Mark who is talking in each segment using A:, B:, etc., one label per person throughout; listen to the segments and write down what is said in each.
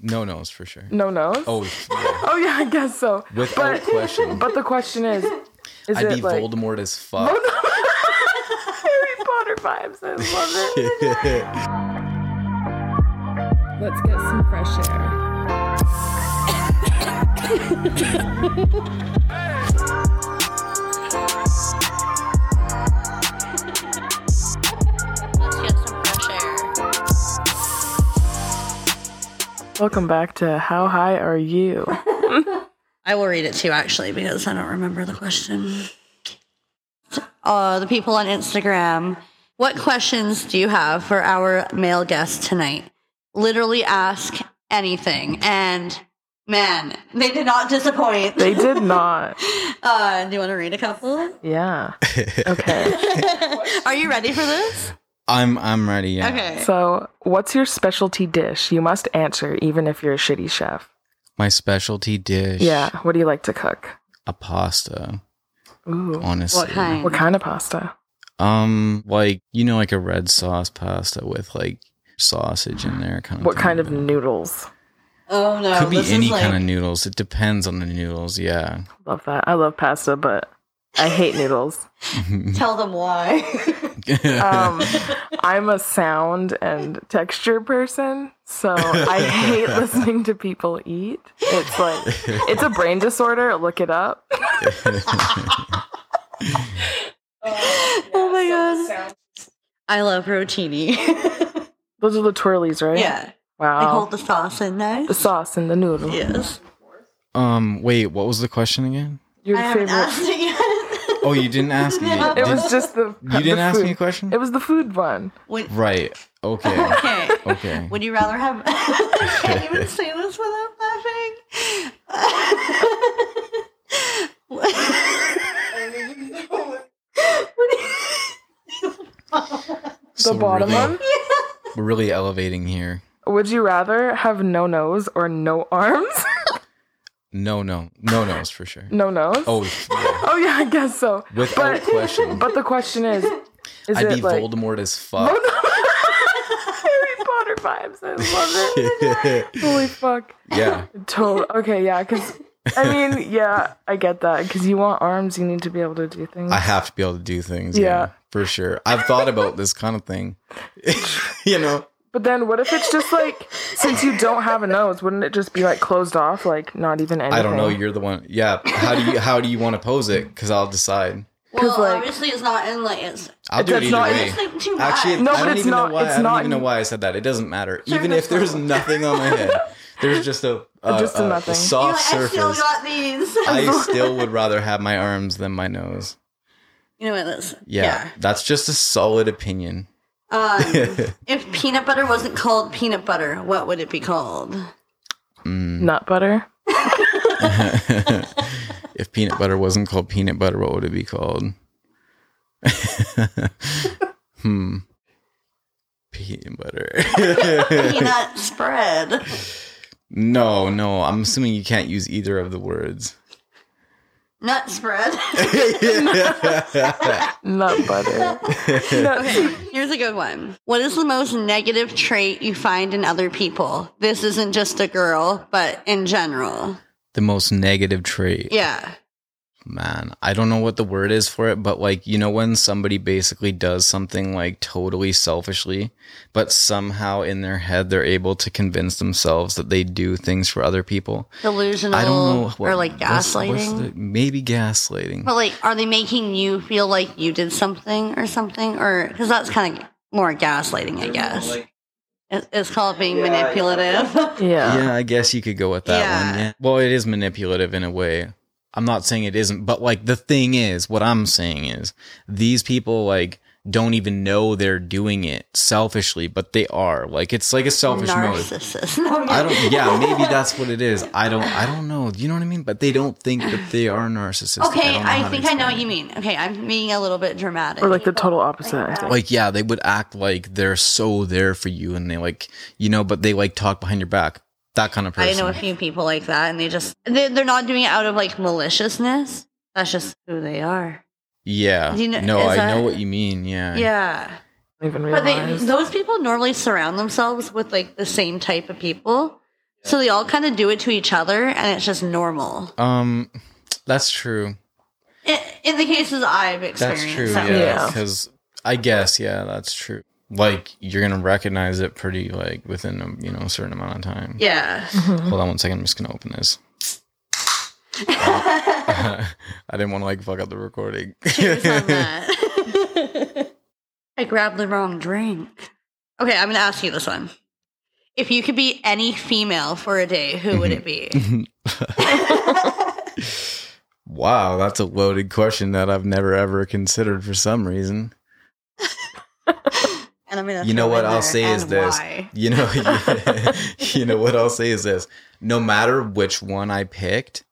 A: No nos for sure.
B: No nos.
A: Oh, yeah.
B: Oh yeah, I guess so.
A: without question.
B: Mm. But the question is, is
A: I'd
B: it
A: be
B: like
A: Voldemort as fuck.
B: Harry Potter vibes? I love it.
C: Let's get some fresh air.
D: Let's get some fresh air.
B: Welcome back to How High Are You?
D: I will read it too, actually, because I don't remember the question. Uh, the people on Instagram, what questions do you have for our male guest tonight? Literally ask anything. And man, they did not disappoint.
B: They did not.
D: Uh, do you want to read a couple?
B: Yeah. Okay.
D: Are you ready for this?
A: I'm I'm ready. Yeah.
D: Okay.
B: So, what's your specialty dish? You must answer, even if you're a shitty chef.
A: My specialty dish.
B: Yeah. What do you like to cook?
A: A pasta.
B: Ooh.
A: Honestly.
D: What kind?
B: What kind of pasta?
A: Um, like you know, like a red sauce pasta with like sausage in there, kind of.
B: What
A: thing.
B: kind of Uh, noodles?
D: Oh no.
A: Could be
D: this is
A: any
D: like-
A: kind of noodles. It depends on the noodles. Yeah.
B: Love that. I love pasta, but I hate noodles.
D: Tell them why.
B: Um, I'm a sound and texture person, so I hate listening to people eat. It's like it's a brain disorder. Look it up.
D: oh my god. I love rotini.
B: Those are the twirlies, right?
D: yeah. I
B: Wow.
D: hold the sauce in there.
B: Oh. the sauce and the noodle.
D: Yes.
A: um. Wait. What was the question again?
B: Your
D: I haven't
B: favorite.
D: asked it yet.
A: Oh, you didn't ask me.
D: No.
B: it
A: Did-
B: was just the.
A: you didn't
B: the
A: ask me
B: food.
A: a question.
B: It was the food one.
D: Would,
A: right. Okay.
D: okay.
A: Okay.
D: Would you rather have? I can't even say this without laughing.
A: So
B: the bottom
A: really,
B: one.
A: We're really elevating here.
B: Would you rather have no nose or no arms?
A: No, no, no, no's for sure.
B: no nose.
A: Oh, yeah.
B: Oh yeah, I guess so.
A: without question.
B: But the question is, is
A: I'd
B: it
A: be
B: like
A: Voldemort as fuck.
B: Harry Potter vibes? I love it. Holy fuck.
A: yeah.
B: Total. Okay, yeah, because I mean, yeah, I get that. Because you want arms, you need to be able to do things.
A: I have to be able to do things. Yeah.
B: Yeah.
A: for sure. I've thought about this kind of thing. you know,
B: But then, what if it's just like, since you don't have a nose, wouldn't it just be like closed off, like not even anything?
A: I don't know. You're the one. Yeah. How do you how do you want to pose it? Because I'll decide.
D: well,
B: like-
D: obviously it's not in like it's.
A: I'll do it
B: That's
A: either
B: not-
A: way.
D: It's like too
A: Actually,
B: No,
D: much.
A: I
B: but
A: don't
B: it's
A: even
B: not-
A: know why.
B: it's
A: I don't
B: not
A: even know
B: in-
A: why I said that. It doesn't matter. even
D: that's
A: if there's
D: fine.
A: nothing on my head, there's just a, a,
B: Just a
A: a- a
B: nothing.
D: You're
A: soft
D: like, I still
A: surface.
D: got these.
A: I still would rather have my arms than my nose.
D: you know what this?
A: Yeah, that's just a solid opinion.
D: Um, if peanut butter wasn't called peanut butter, what would it be called?
B: Nut butter.
A: If peanut butter wasn't called peanut butter, what would it be called? hmm. Peanut butter.
D: Peanut spread.
A: no, no. I'm assuming you can't use either of the words.
D: Nut spread.
B: Nut butter.
D: Here's a good one. What is the most negative trait you find in other people? This isn't just a girl, but in general.
A: The most negative trait.
D: Yeah.
A: Man, I don't know what the word is for it, but like, you know, when somebody basically does something like totally selfishly, but somehow in their head they're able to convince themselves that they do things for other people.
D: Delusional
A: I don't know.
D: or like
A: what's-
D: gaslighting.
A: what's the- maybe gaslighting.
D: but like, are they making you feel like you did something or something? Or because that's kind of more gaslighting, I guess. It- It's called being manipulative.
B: Yeah.
A: yeah, I guess you could go with that one.
D: Yeah.
A: Yeah. Well, it is manipulative in a way. I'm not saying it isn't, but like the thing is, what I'm saying is these people like don't even know they're doing it selfishly, but they are. Like it's like a selfish motive.
D: Narcissist. No,
A: I don't. Yeah, maybe that's what it is. I don't. I don't know. You know what I mean? But they don't think that they are narcissistic.
D: Okay,
A: don't know
D: I,
A: how to
D: think I know
A: explain
D: what you mean. Okay, I'm being a little bit dramatic.
B: Or like the total opposite. I
A: it.
B: think.
A: Like, yeah, they would act like they're so there for you, and they like, you know, but they like talk behind your back. That kind of person.
D: I know a few people like that, and they just they're, they're not doing it out of like maliciousness. That's just who they are.
A: Yeah.
D: Do you know-
A: no,
D: is
A: I know
D: that-
A: what you mean. Yeah.
D: Yeah,
B: I don't even
D: but
B: realize.
D: they, those people normally surround themselves with like the same type of people So they all kind of do it to each other, and it's just normal.
A: Um, that's true.
D: I in the cases I've
A: That's
D: experienced,
A: true.
D: that
A: Yeah,
B: Yeah.
A: because I guess yeah, that's true. Like you're gonna recognize it pretty like within a you know a certain amount of time.
D: Yeah.
A: Hold on one second. I'm just gonna open this. I didn't want to like fuck up the recording.
D: Cheers on that. I grabbed the wrong drink. Okay, I'm going to ask you this one. If you could be any female for a day, who would it be?
A: wow, that's a loaded question that I've never ever considered for some reason.
D: And I'm going to
A: You know what I'll say is this. You know, you know what I'll say is this. No matter which one I picked,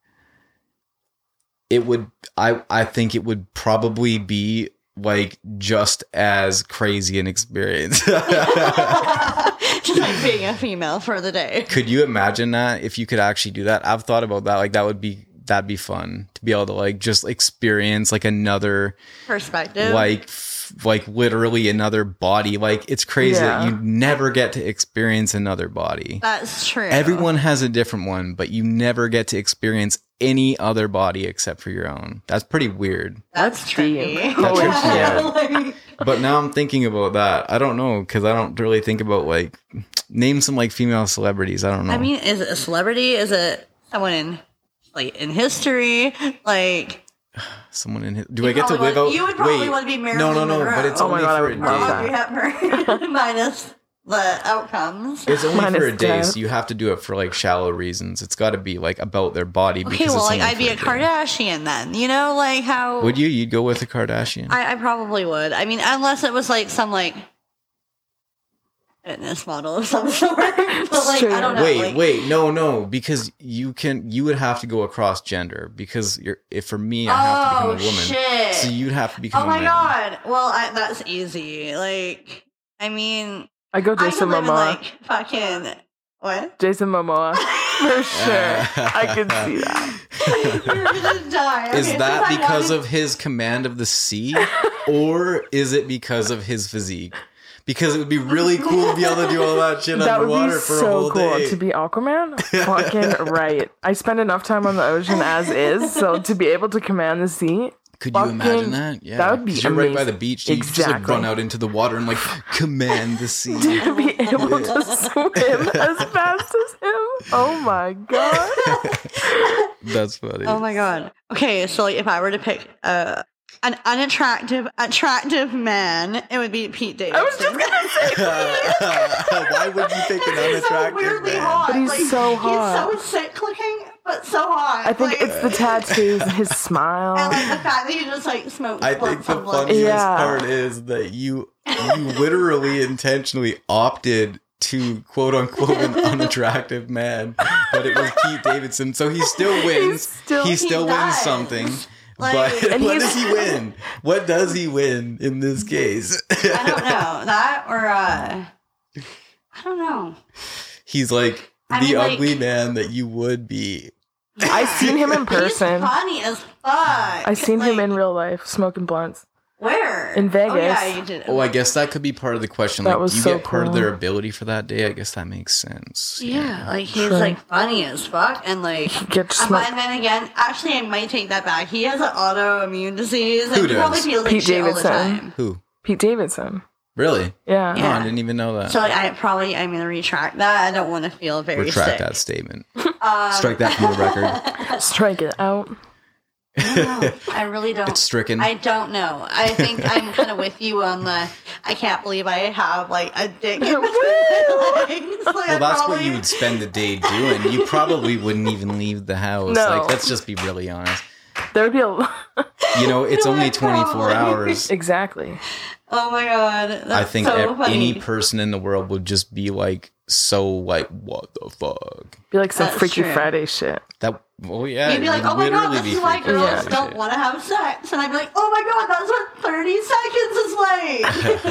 A: it would I I think it would probably be like just as crazy an experience.
D: Just like being a female for the day.
A: could you imagine that if you could actually do that? I've thought about that. Like that would be that'd be fun to be able to like just experience like another
D: Perspective.
A: like f- like literally another body. Like it's crazy that
B: Yeah.
A: you never get to experience another body.
D: That's true.
A: Everyone has a different one, but you never get to experience any other body except for your own. That's pretty weird.
D: That's,
B: That's
D: tricky.
B: deep. Holy
A: shit.
D: Like-
A: But now I'm thinking about that. I don't know because I don't really think about like name some like female celebrities. I don't know.
D: I mean, is it a celebrity? Is it someone in like in history? Like
A: someone in his, do I get to
D: probably
A: live
D: want-
A: out?
D: you would probably
A: wait,
D: want to be Marilyn
A: No, no, no.
D: Monroe.
A: But it's
B: Oh my
A: only
B: God, I
A: for a
B: would
D: or
B: love that.
A: day.
D: Audrey Hepburn minus the outcomes.
A: It's only
B: Minus
A: for a day,
B: that.
A: so you have to do it for like shallow reasons. It's got to be like about their body.
D: Okay,
A: because
D: well,
A: it's
D: like
A: only
D: I'd be
A: for
D: a
A: day.
D: Kardashian then. You know, like how
A: Would you? You'd go with a Kardashian.
D: I, I probably would. I mean, unless it was like some like fitness model of some sort. but like I don't know.
A: wait,
D: like,
A: wait, no, no, because you can. You would have to go across gender because you're. If for me, I have to become
D: Oh,
A: a woman.
D: shit.
A: So you'd have to become.
D: Oh
A: a
D: my
A: man.
D: god. Well, I, that's easy. Like, I mean,
B: I go
D: I
B: Jason
D: could live in
B: Momoa.
D: like fucking what?
B: Jason Momoa for sure. I could see that.
D: You're gonna die.
A: Is
D: Okay,
A: that
D: since I
A: because
D: wanted-
A: of his command of the sea, or is it because of his physique? Because it would be really cool to be able to do all that shit
B: That would
A: underwater
B: be
A: for a
B: so
A: whole
B: cool
A: day.
B: to be Aquaman. Fucking right. I spend enough time on the ocean as is, so to be able to command the sea,
A: Could you imagine
B: fucking-
A: that? Yeah,
B: that would be
A: 'Cause you're right by the
B: amazing.
A: beach. You could just like
B: Exactly.
A: run out into the water and like command the sea.
B: to be able to swim as fast as him. Oh my god.
A: That's funny.
D: Oh my god. Okay, so like if I were to pick uh, an unattractive attractive man, it would be Pete Davidson.
B: I was just gonna say
A: Why would you pick an
D: He's so
A: unattractive
D: weirdly
A: man?
D: hot.
B: But he's
D: like,
B: so hot.
D: He's so sick looking, but so hot.
B: I think
D: Like,
B: it's the tattoos and his
D: I like
B: smile.
D: the fact that he just like smokes.
A: I think
D: blunts
A: the
D: on blunts.
A: funniest
B: Yeah.
A: part is that you you literally intentionally opted to quote unquote an unattractive man, but it was Pete Davidson, so he still wins.
B: still-
A: he
B: he
A: still wins
D: does.
A: something.
D: Like-
A: but
B: And
A: what does
B: he's-
A: he win? What does he win in this case?
D: I don't know that or uh, I don't know.
A: He's like
D: I
A: the
D: mean, like-
A: ugly man that you would be.
B: I seen him in person.
D: He's funny as fuck. I
B: I seen him in real life smoking blunts.
D: where
B: in
D: Oh, yeah,
B: Vegas.
D: you did.
A: Oh, I guess that could be part of the question.
B: That
A: like
B: was
A: you
B: so
A: get part of their
B: cool.
A: ability for that day. I guess that makes sense.
D: Yeah, like he's
B: True.
D: like funny as fuck, and like.
B: Get
D: Uh,
B: smoked.
D: But, and then again, actually, I might take that back. He has an autoimmune disease, and
A: Who
D: he probably
A: does?
D: feels like
B: Pete
D: shit all the
B: Davidson.
D: time.
A: Who?
B: Pete Davidson.
A: Really?
B: Yeah.
A: Oh,
D: Yeah.
A: I didn't even know that.
D: So like, I probably I'm gonna retract that. I don't want to feel very
A: Retract
D: sick. Um,
A: that statement. Strike that from the record.
B: Strike it out.
D: No, I really don't.
A: It's stricken.
D: I don't know. I think I'm kind of with you on the. I can't believe I have like a dick. In between my legs. Like,
A: well, that's what
D: probably-
A: you would spend the day doing. You probably wouldn't even leave the house.
B: No.
A: Like, let's just be really honest.
B: There would be a
A: You know, it's
D: No,
A: only
D: I
A: 24
D: probably-
A: hours.
B: exactly.
D: Oh my god! That's
A: I think
D: so
A: ev-
D: funny.
A: any person in the world would just be like, so like, what the fuck?
B: Be like some
D: That's
B: Freaky
D: true.
B: Friday shit.
A: That, oh yeah.
D: You'd be like,
A: it would
D: oh my god,
A: literally be
D: this is why
A: freaking
D: girls
A: crazy
D: don't
A: shit.
D: want to have sex. And I'd be like, oh my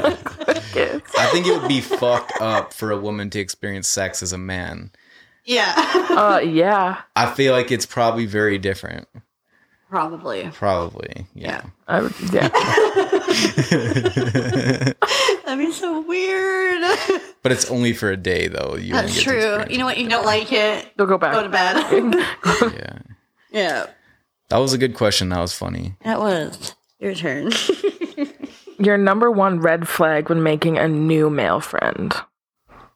D: god, that's what 30 seconds is like.
B: Yes.
A: I think it would be fucked up for a woman to experience sex as a man.
D: yeah.
B: Uh, yeah,
A: I feel like it's probably very different.
D: Probably.
A: Probably. Yeah.
B: I would, yeah.
D: I That'd be so weird.
A: But it's only for a day, though. You only
D: That's
A: get to
D: true.
A: experience
D: You know what? You don't like it.
B: They'll go back.
D: Go to bed.
A: it. Yeah.
D: yeah.
A: That was a good question. That was funny.
D: That was your turn.
B: Your number one red flag when making a new male friend.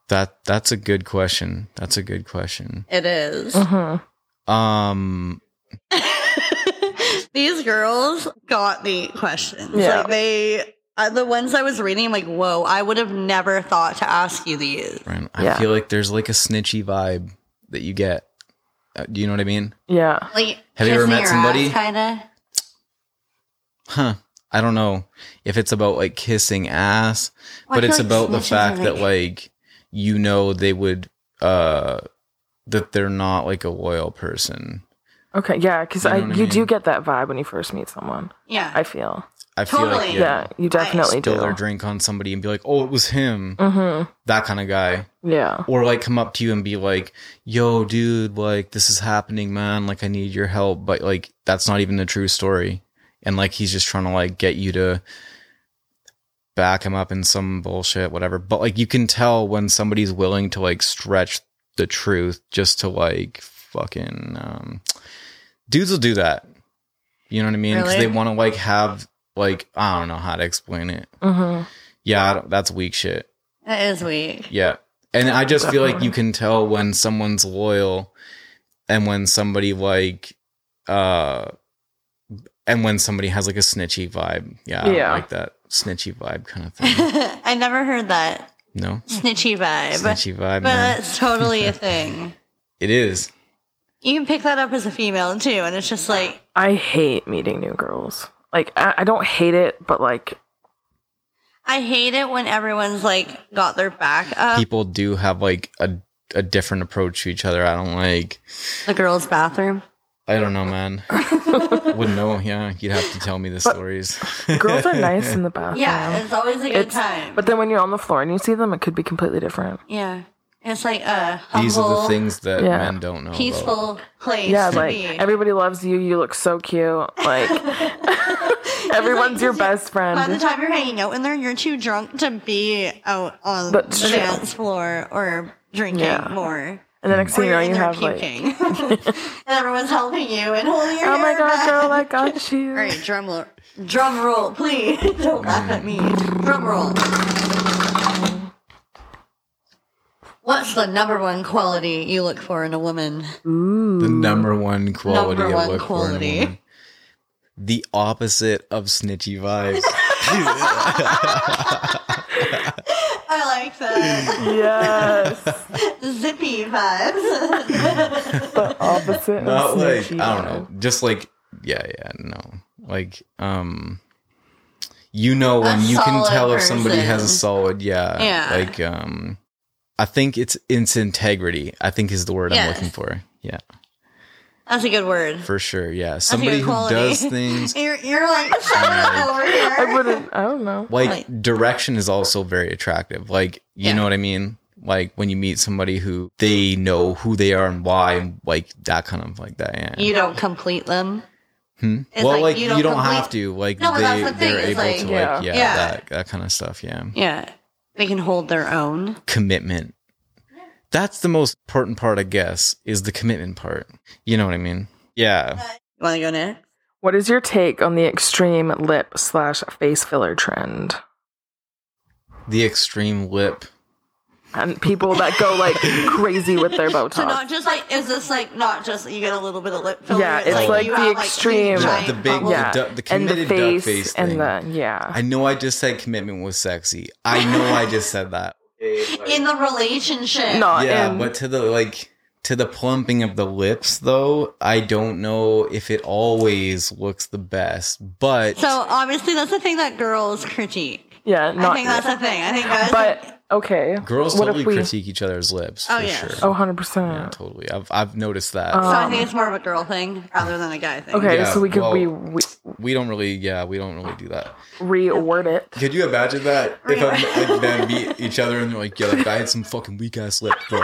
A: That that's a good question. That's a good question.
D: it is.
A: Um,
D: These girls got the questions.
B: Yeah.
D: Like they, uh, the ones I was reading, I'm like, whoa, I would have never thought to ask you these.
A: Ryan, I
B: Yeah.
A: feel like there's like a snitchy vibe that you get. Uh, do you know what I mean?
B: Yeah.
D: Like,
A: Have you ever met somebody?
D: Kind of.
A: Huh. I don't know if it's about like kissing ass, but it's about the fact that like you know they would uh that they're not like a loyal person.
B: Okay. Yeah. Because
A: You know
B: I,
A: what I
B: you do
A: mean?
B: get that vibe when you first meet someone.
D: yeah,
B: I feel.
A: I feel like
D: Totally.
A: you
B: Yeah. you definitely
A: spill their
B: do.
A: drink on somebody and be like, "Oh, it was him."
B: Mm-hmm.
A: That kind of guy.
B: Yeah.
A: or like come up to you and be like, "Yo, dude, like this is happening, man. Like I need your help." But like that's not even the true story, and like he's just trying to like get you to back him up in some bullshit, whatever. But like you can tell when somebody's willing to like stretch the truth just to like fucking um, dudes will do that. You know what I mean? Because
D: Really?
A: they want to like have like I don't know how to explain it.
B: Mm-hmm.
A: Yeah, I don't- that's weak shit.
D: that is weak.
A: Yeah. And I just feel like you can tell when someone's loyal and when somebody like uh and when somebody has like a snitchy vibe. Yeah. I don't
B: Yeah.
A: like that snitchy vibe kind of thing.
D: I never heard that
A: No.
D: snitchy vibe,
A: Snitchy vibe.
D: but
A: man.
D: that's totally a thing.
A: It is.
D: You can pick that up as a female too, and it's just like
B: I hate meeting new girls. Like I, I don't hate it, but like
D: I hate it when everyone's like got their back up.
A: People do have like a a different approach to each other. I don't like
D: the girls' bathroom.
A: I don't know, man. Wouldn't know. Yeah, you'd have to tell me the stories.
B: girls are nice in the bathroom.
D: Yeah, it's always a good
B: It's-
D: time.
B: But then when you're on the floor and you see them, it could be completely different.
D: yeah, it's like a humble,
A: These are the things that
B: Yeah.
A: men don't know. about.
D: peaceful place.
B: Yeah,
D: to
B: like
D: be.
B: everybody loves you. You look so cute. Like everyone's your best
D: By the
B: friend.
D: time you're hanging out in there, you're too drunk to be out on
B: That's
D: the
B: true.
D: dance floor or drinking
B: Yeah.
D: more.
B: And the next
D: Or
B: thing you know,
D: you're in
B: you
D: there
B: have like,
D: puking, and everyone's helping you and holding your
B: oh my
D: hair
B: god,
D: back.
B: girl, I got you.
D: All right, drum roll, drum roll, please. Don't laugh at me. Drum roll. What's the number one quality you look for in a woman?
A: the number one quality
D: Number
A: of
D: one
A: one
D: quality.
A: quality. The opposite of snitchy vibes.
D: I like the
B: Yes,
D: zippy vibes.
B: the opposite.
A: Not
B: of
A: like
B: snitchy
A: I don't know. Just like yeah, yeah, no. Like um you know when you can
D: solid
A: tell if somebody
D: person.
A: has a solid yeah.
D: Yeah.
A: Like um I think it's it's integrity, I think is the word I'm
D: Yes.
A: looking for. Yeah.
D: That's a good word.
A: For sure. Yeah. Somebody who
D: quality.
A: does things
D: You're, you're like shut up over here.
B: I wouldn't. I don't know.
A: like
D: Right.
A: direction is also very attractive like you
D: Yeah.
A: know what i mean like when you meet somebody who they know who they are and why and like that kind of like that yeah
D: You don't complete them.
A: Hmm?
D: It's
A: well
D: like,
A: like,
D: you
A: you
D: don't
A: don't,
D: complete-
A: have to like
D: No, but
A: they
D: that's the thing,
A: they're
D: it's
A: able
D: like-
A: to
B: Yeah.
A: like yeah,
D: Yeah.
A: that that kind of stuff yeah
D: Yeah, they can hold their own.
A: commitment that's the most important part i guess is the commitment part you know what i mean yeah
D: You want to go next?
B: What is your take on the extreme lip slash face filler trend?
A: the extreme lip
B: And people that go like crazy with their Botox.
D: So not just like is this like not just you get a little bit of lip filler?
B: Yeah, it's
A: like
D: you
B: the
D: have, these
B: extreme-
A: the,
D: giant
A: the big
D: bubbles.
B: Yeah.
A: the, duck- the
B: and
A: committed
B: the face,
A: duck face
B: and
A: thing.
B: the yeah.
A: I know I just said commitment was sexy. I know I just said that.
D: in the relationship.
B: Not
A: yeah,
B: in-
A: but to the like to the plumping of the lips though, I don't know if it always looks the best. But
D: So obviously that's the thing that girls critique.
B: yeah,
D: I
B: not.
D: think that's the thing. I think guys.
B: but okay,
A: girls
B: what
A: totally
B: if we?
A: critique each other's lips
D: Oh,
A: for
D: yeah.
A: sure.
B: Oh, 100
A: yeah,
B: percent.
A: totally. I've I've noticed that.
D: so
B: Uh,
D: I think it's more of a girl thing rather than a guy thing.
B: Okay,
A: Yeah,
B: so we could
A: well-
B: re, re-
A: we don't really yeah, we don't really do that.
B: reword it.
A: Could you imagine that if I'm like them meet each other and they're like, yeah, that guy had some fucking weak ass lip, bro.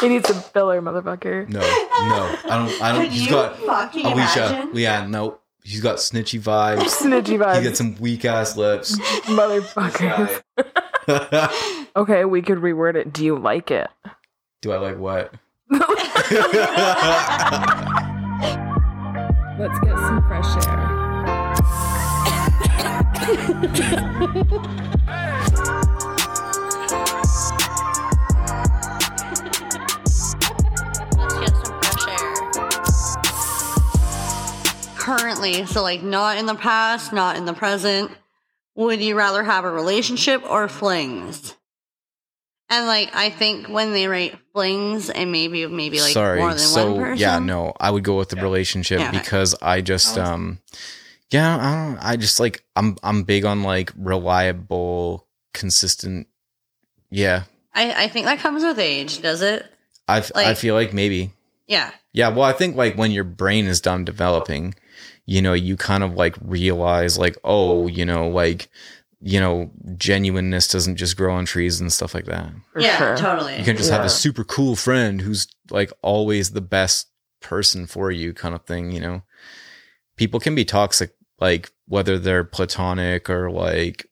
B: He needs a filler, motherfucker.
A: No, no. I don't I don't
D: Could
A: he's
D: you
A: got
D: fucking
A: Alicia,
D: imagine?
A: yeah, no. He's got snitchy vibes.
B: Snidgy
A: He
B: vibes,
A: got some weak ass lips.
B: motherfuckers. Okay, we could reword it. Do you like it?
A: Do I like what?
C: Let's get some fresh air.
D: Let's get some fresh air. Currently, so like not in the past, not in the present, would you rather have a relationship or flings? And like I think when they write flings and maybe maybe like
A: Sorry.
D: more than
A: so
D: one person.
A: yeah, no, I would go with the relationship
D: Yeah.
A: because I just
E: That one's-
A: um, yeah, I don't. I just like I'm I'm big on like reliable, consistent. Yeah,
D: I, I think that comes with age, does it?
A: I f- I
D: Like-
A: feel like maybe
D: Yeah.
A: Yeah, well, I think like when your brain is done developing, you know, you kind of like realize like, oh, you know, like, you know, genuineness doesn't just grow on trees and stuff like that.
B: For
D: yeah,
B: sure.
D: totally.
A: You can just have
B: Yeah.
A: a super cool friend who's like always the best person for you kind of thing, you know. People can be toxic like whether they're platonic or like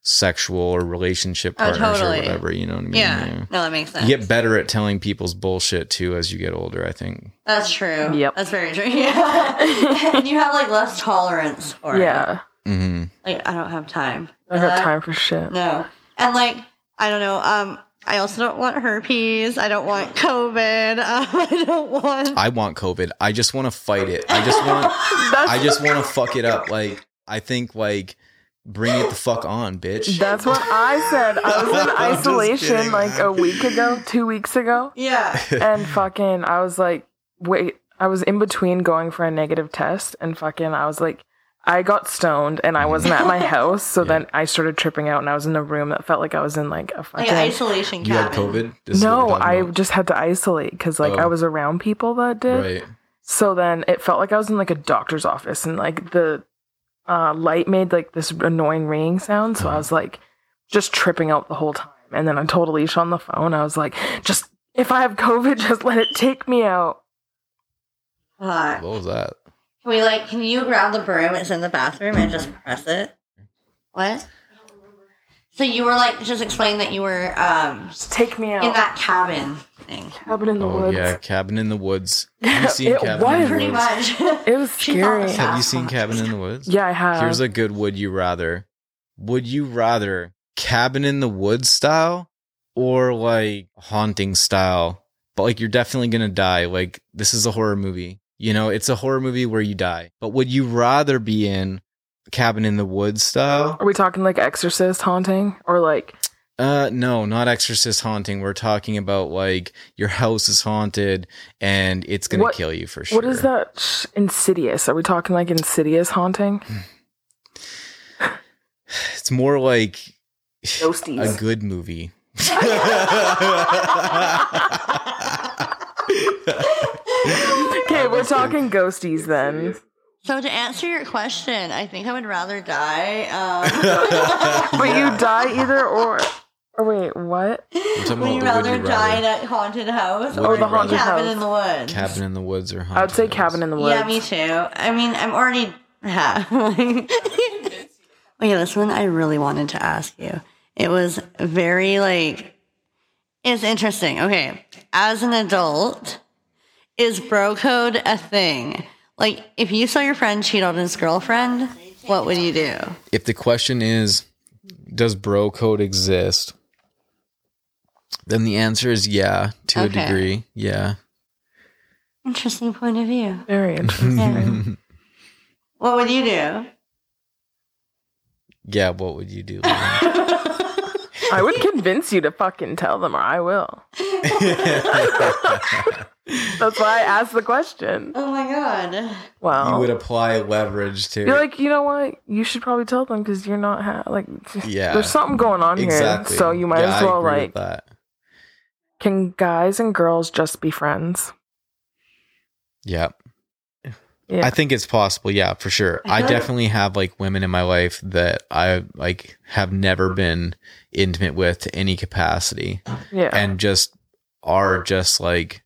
A: sexual or relationship
D: Oh,
A: partners
D: totally.
A: or whatever, you know what I mean?
D: yeah.
A: Yeah.
D: No, that makes sense.
A: You get better at telling people's bullshit too as you get older, I think.
D: That's true.
B: Yep.
D: That's very true. Yeah. and you have like less tolerance for it.
B: Yeah,
A: Mhm.
D: Like I don't have time.
B: I don't have
D: Uh,
B: time for shit.
D: No. And like, I don't know. Um, I also don't want herpes. I don't want COVID. Um, I don't want.
A: I want COVID. I just want to fight it. I just want.
B: That's
A: I just want to fuck it up. Like I think like bring it the fuck on, bitch.
B: That's what I said. I was in
A: I'm just
B: isolation
A: kidding,
B: like
A: man.
B: a week ago, two weeks ago,
D: yeah.
B: and fucking, I was like, wait, I was in between going for a negative test, and fucking, I was like, I got stoned, and I wasn't at my house, so then I started tripping out, and I was in a room that felt like I was in like a
D: Like
B: fucking.
D: isolation
A: You had
D: cabin.
A: COVID. This is what
B: no,
A: we're
B: I
A: talking about.
B: just had to isolate because like
A: Oh.
B: I was around people that did.
A: right.
B: So then it felt like I was in like a doctor's office and like the uh, light made like this annoying ringing sound. So I
A: Uh-huh.
B: was like just tripping out the whole time. And then I told Alicia on the phone, I was like, just if I have COVID, just let it take me out.
D: Fuck.
A: What was that?
D: Can we like? Can you grab the broom? It's in the bathroom and just press it. What? So you were like just explaining that you were um
B: Just take me out.
D: in that cabin thing.
B: cabin in the
A: Oh
B: woods.
A: yeah, Cabin in the Woods. Have you seen
B: it
A: Cabin
B: was.
A: in the
D: Pretty
A: Woods?
D: much.
B: It was
D: She
B: scary.
D: thought it was
A: Have you seen Cabin in the Woods?
B: Yeah, I have.
A: Here's a good would you rather. Would you rather cabin in the woods style or like haunting style? But like you're definitely going to die. Like this is a horror movie. You know, it's a horror movie where you die. But would you rather be in cabin in the woods style?
B: Are we talking like exorcist haunting or like
A: Uh no, not exorcist haunting. We're talking about like your house is haunted and it's going to
B: What-
A: kill you for sure.
B: what is that? Sh- insidious. Are we talking like insidious haunting?
A: It's more like a
B: Ghosties.
A: good movie.
B: Okay, we're talking ghosties then.
D: So to answer your question, I think I would rather die. Um,
B: But you die either or. Or wait, what?
A: talking
D: would
A: about
D: you
A: the
D: rather
A: would you
D: die
A: rather.
D: in a haunted house
A: Would
D: or
A: you
D: the
A: rather?
D: haunted cabin in the woods?
A: Cabin in the woods or haunted
B: I would say
A: house?
B: cabin in the woods.
D: Yeah, me too. I mean, I'm already. Yeah. okay, this one I really wanted to ask you. It was very like, it's interesting. Okay, as an adult, is bro code a thing? Like, if you saw your friend cheat on his girlfriend, what would you do?
A: If the question is, does bro code exist? Then the answer is yeah, to
D: Okay.
A: a degree. Yeah.
D: Interesting point of view.
B: Very interesting.
D: What would you do?
A: Yeah, what would you do? Lauren?
B: I would convince you to fucking tell them, or I will. That's why I asked the question.
D: Oh my god.
A: you
B: Well,
A: would apply leverage to
B: you are like, you know what? You should probably tell them because you're not ha- like,
A: Yeah.
B: there's something going on
A: exactly.
B: here. So you might
A: Yeah,
B: as
A: I
B: well
A: agree with
B: like,
A: that.
B: can guys and girls just be friends?
A: Yeah.
B: Yeah.
A: I think it's possible. Yeah, for sure. I definitely have like women in my life that I like have never been intimate with to any capacity.
B: Yeah,
A: and just are just like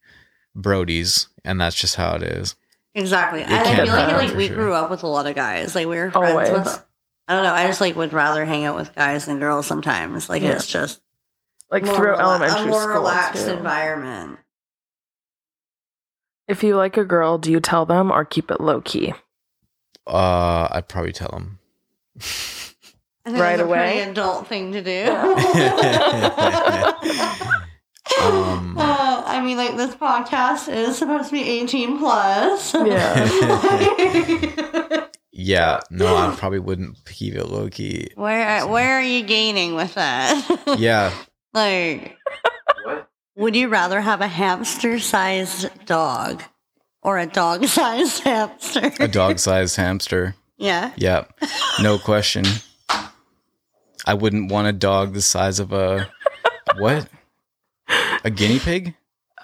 A: Brody's, and that's just how it is.
D: Exactly. And I
A: can
D: feel like,
B: happen,
D: like
A: for
D: we
A: sure.
D: grew up with a lot of guys. Like we were friends
B: Always.
D: with. I don't know. I just like would rather hang out with guys than girls sometimes. Like
B: Yeah.
D: it's just
B: like
D: more
B: through
D: rela-
B: elementary
D: a more
B: school.
D: relaxed
B: too.
D: environment.
B: If you like a girl, do you tell them or keep it low key?
A: Uh, I'd probably tell him.
D: I think
B: Right
D: that's a pretty
B: away?
D: adult thing to do.
A: Um.
D: Uh, I mean, like this podcast is supposed to be eighteen plus.
B: Yeah.
A: Yeah, no, I probably wouldn't keep it low key.
D: where where are you gaining with that?
A: Yeah,
D: Like, would you rather have a hamster sized dog or a dog sized hamster?
A: a dog-sized hamster.
D: yeah.
A: Yeah, no question. I wouldn't want a dog the size of a what? A guinea pig?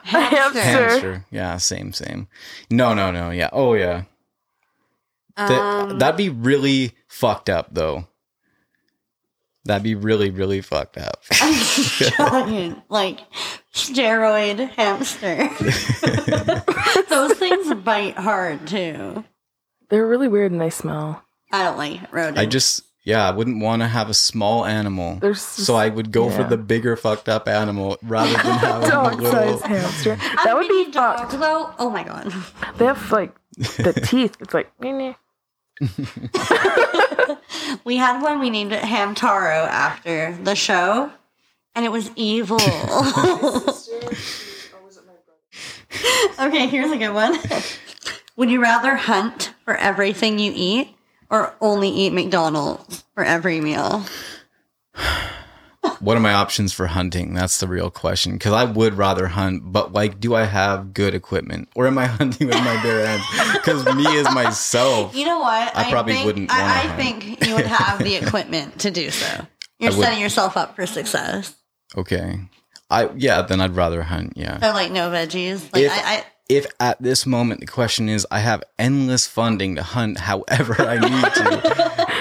B: hamster.
A: Hamster. Yeah, same, same. No, no, no. Yeah. Oh, yeah. That,
D: Um,
A: that'd be really fucked up, though. That'd be really, really fucked up.
D: giant, like steroid hamster. Those things bite hard too.
B: They're really weird and they smell.
D: I don't like rodents.
A: I just, yeah, I wouldn't want to have a small animal.
B: There's
A: So I would go for
B: yeah.
A: the bigger fucked up animal rather than having a
B: dog
A: little.
B: sized hamster.
D: A
B: That would
D: mini
B: be
D: dog
B: fucked.
D: though. Oh my god.
B: They have like the teeth. It's like meh, meh.
D: We had one. We named it Hamtaro after the show, and it was evil. okay, here's a good one. Would you rather hunt for everything you eat, or only eat McDonald's for every meal?
A: What are my options for hunting? That's the real question. Because I would rather hunt, but like, do I have good equipment, or am I hunting with my bare hands? Because me as myself,
D: You know what?
A: I probably
D: think,
A: wouldn't wanna
D: I, I
A: hunt.
D: think you would have the equipment to do so. You're
A: I would-
D: setting yourself up for success.
A: okay. I yeah, then I'd rather hunt. Yeah.
D: So like no veggies. Like
A: If-
D: Oh, I, I
A: if at this moment the question is I have endless funding to hunt however I need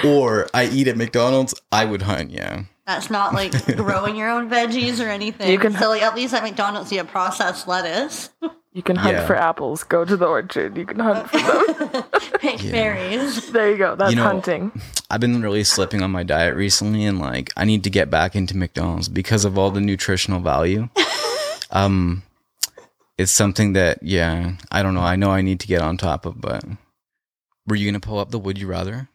A: to, or I eat at McDonald's, I would hunt. Yeah,
D: That's not like growing your own veggies or anything.
B: You can-
D: so like at least at McDonald's you have processed lettuce,
B: You can hunt
A: Yeah.
B: for apples. Go to the orchard. You can
D: Uh,
B: hunt for them.
D: pick berries.
B: There you go. That's
A: You know-
B: hunting.
A: I've been really slipping on my diet recently, and like I need to get back into McDonald's because of all the nutritional value. um, it's something that yeah, I don't know. I know I need to get on top of, but were you gonna pull up the would you rather?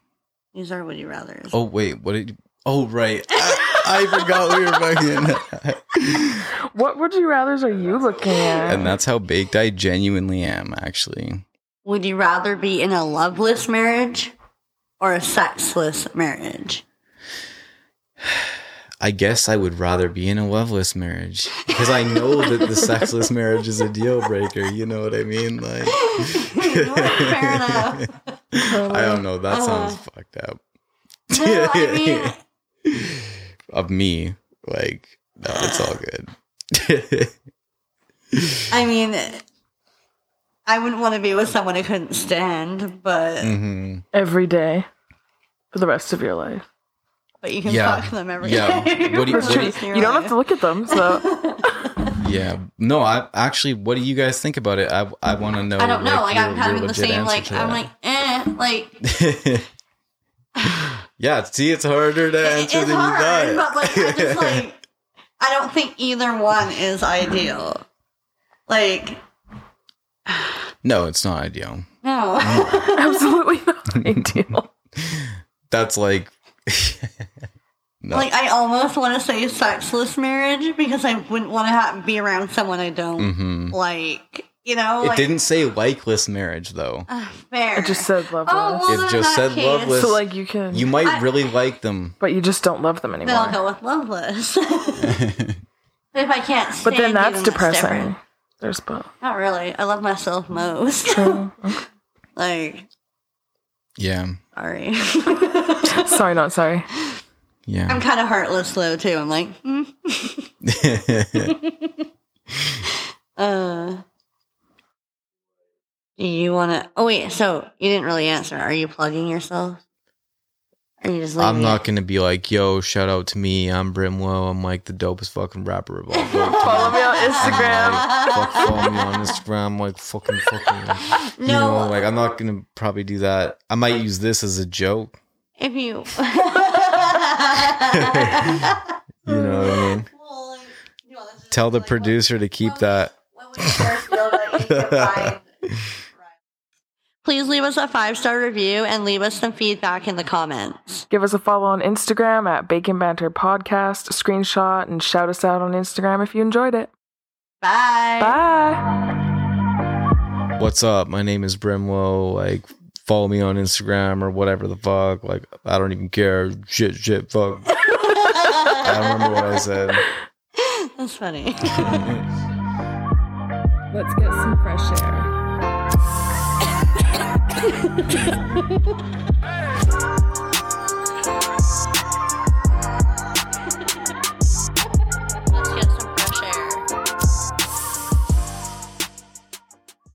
D: These are would you rather.
A: Oh wait, what did? Oh right, I, I forgot we were fucking.
B: What would you rather's are you looking at?
A: and that's how baked I genuinely am, actually.
D: Would you rather be in a loveless marriage or a sexless marriage?
A: I guess I would rather be in a loveless marriage because I know that the sexless marriage is a deal breaker. You know what I mean? Like,
D: Fair enough.
A: I don't know.
D: Uh-huh.
A: That sounds fucked up
D: No, I mean,
A: of me. Like, no, it's all good.
D: I mean, I wouldn't want to be with someone I couldn't stand, but
A: hmm
B: Every day for the rest of your life.
D: but you can
A: Yeah.
D: fuck them every day.
A: Yeah. What do you-
D: for
A: That's
D: the
A: true.
D: rest of your
B: You don't
D: life.
B: have to look at them. So
A: Yeah. No, I actually. What do you guys think about it? I I want to know.
D: I don't know. Like, I'm
A: your-
D: kind
A: your
D: of
A: Oh,
D: in the
A: legit
D: same.
A: answer
D: Like
A: to that.
D: I'm like eh. Like
A: yeah. See, it's harder to
D: It-
A: answer
D: it's
A: than
D: hard,
A: you
D: but
A: thought.
D: like I just like I don't think either one is ideal. Like
A: no, it's not ideal.
D: no,
B: absolutely not ideal.
A: That's like. no.
D: like I almost want to say sexless marriage because I wouldn't want to have, be around someone I don't
A: hmm
D: like. You know,
A: It
D: like,
A: didn't say likeless marriage though.
D: uh, fair.
B: It just said loveless.
D: oh, well,
A: It
D: then in
A: just
D: that
A: said
D: case,
A: loveless.
B: so like you
D: Um,
B: can,
A: You might really like them.
B: but you just don't love them anymore.
D: Then I'll go with loveless. but if I can't,
B: But
D: stand
B: then
D: you,
B: that's depressing.
D: different.
B: There's both.
D: Not really. I love myself most. like
A: Yeah.
D: sorry.
B: sorry, not sorry.
A: Yeah.
D: I'm kind of heartless though too. I'm like, hmm. Uh, do you want to? Oh wait, so you didn't really answer. Are you plugging yourself? And you just leave
A: I'm
D: me.
A: not gonna be like, yo, shout out to me. I'm Brimlow. I'm like the dopest fucking rapper of all time.
B: Follow me on
A: I'm
B: Instagram.
A: like, fuck, follow me on Instagram, like fucking fucking. Like, You know,
D: No.
A: like I'm not gonna probably do that. I might use this as a joke.
D: If you.
A: You know what I mean? Tell the producer to keep that.
D: Please leave us a five star review and leave us some feedback in the comments.
B: Give us a follow on Instagram at Bacon Banter Podcast, screenshot, and shout us out on Instagram if you enjoyed it.
D: Bye.
B: Bye.
A: What's up? My name is Brimlow. Like, follow me on Instagram or whatever the fuck. Like, I don't even care. Shit, shit, fuck. I don't remember what I said.
D: That's funny.
C: Let's get some fresh air.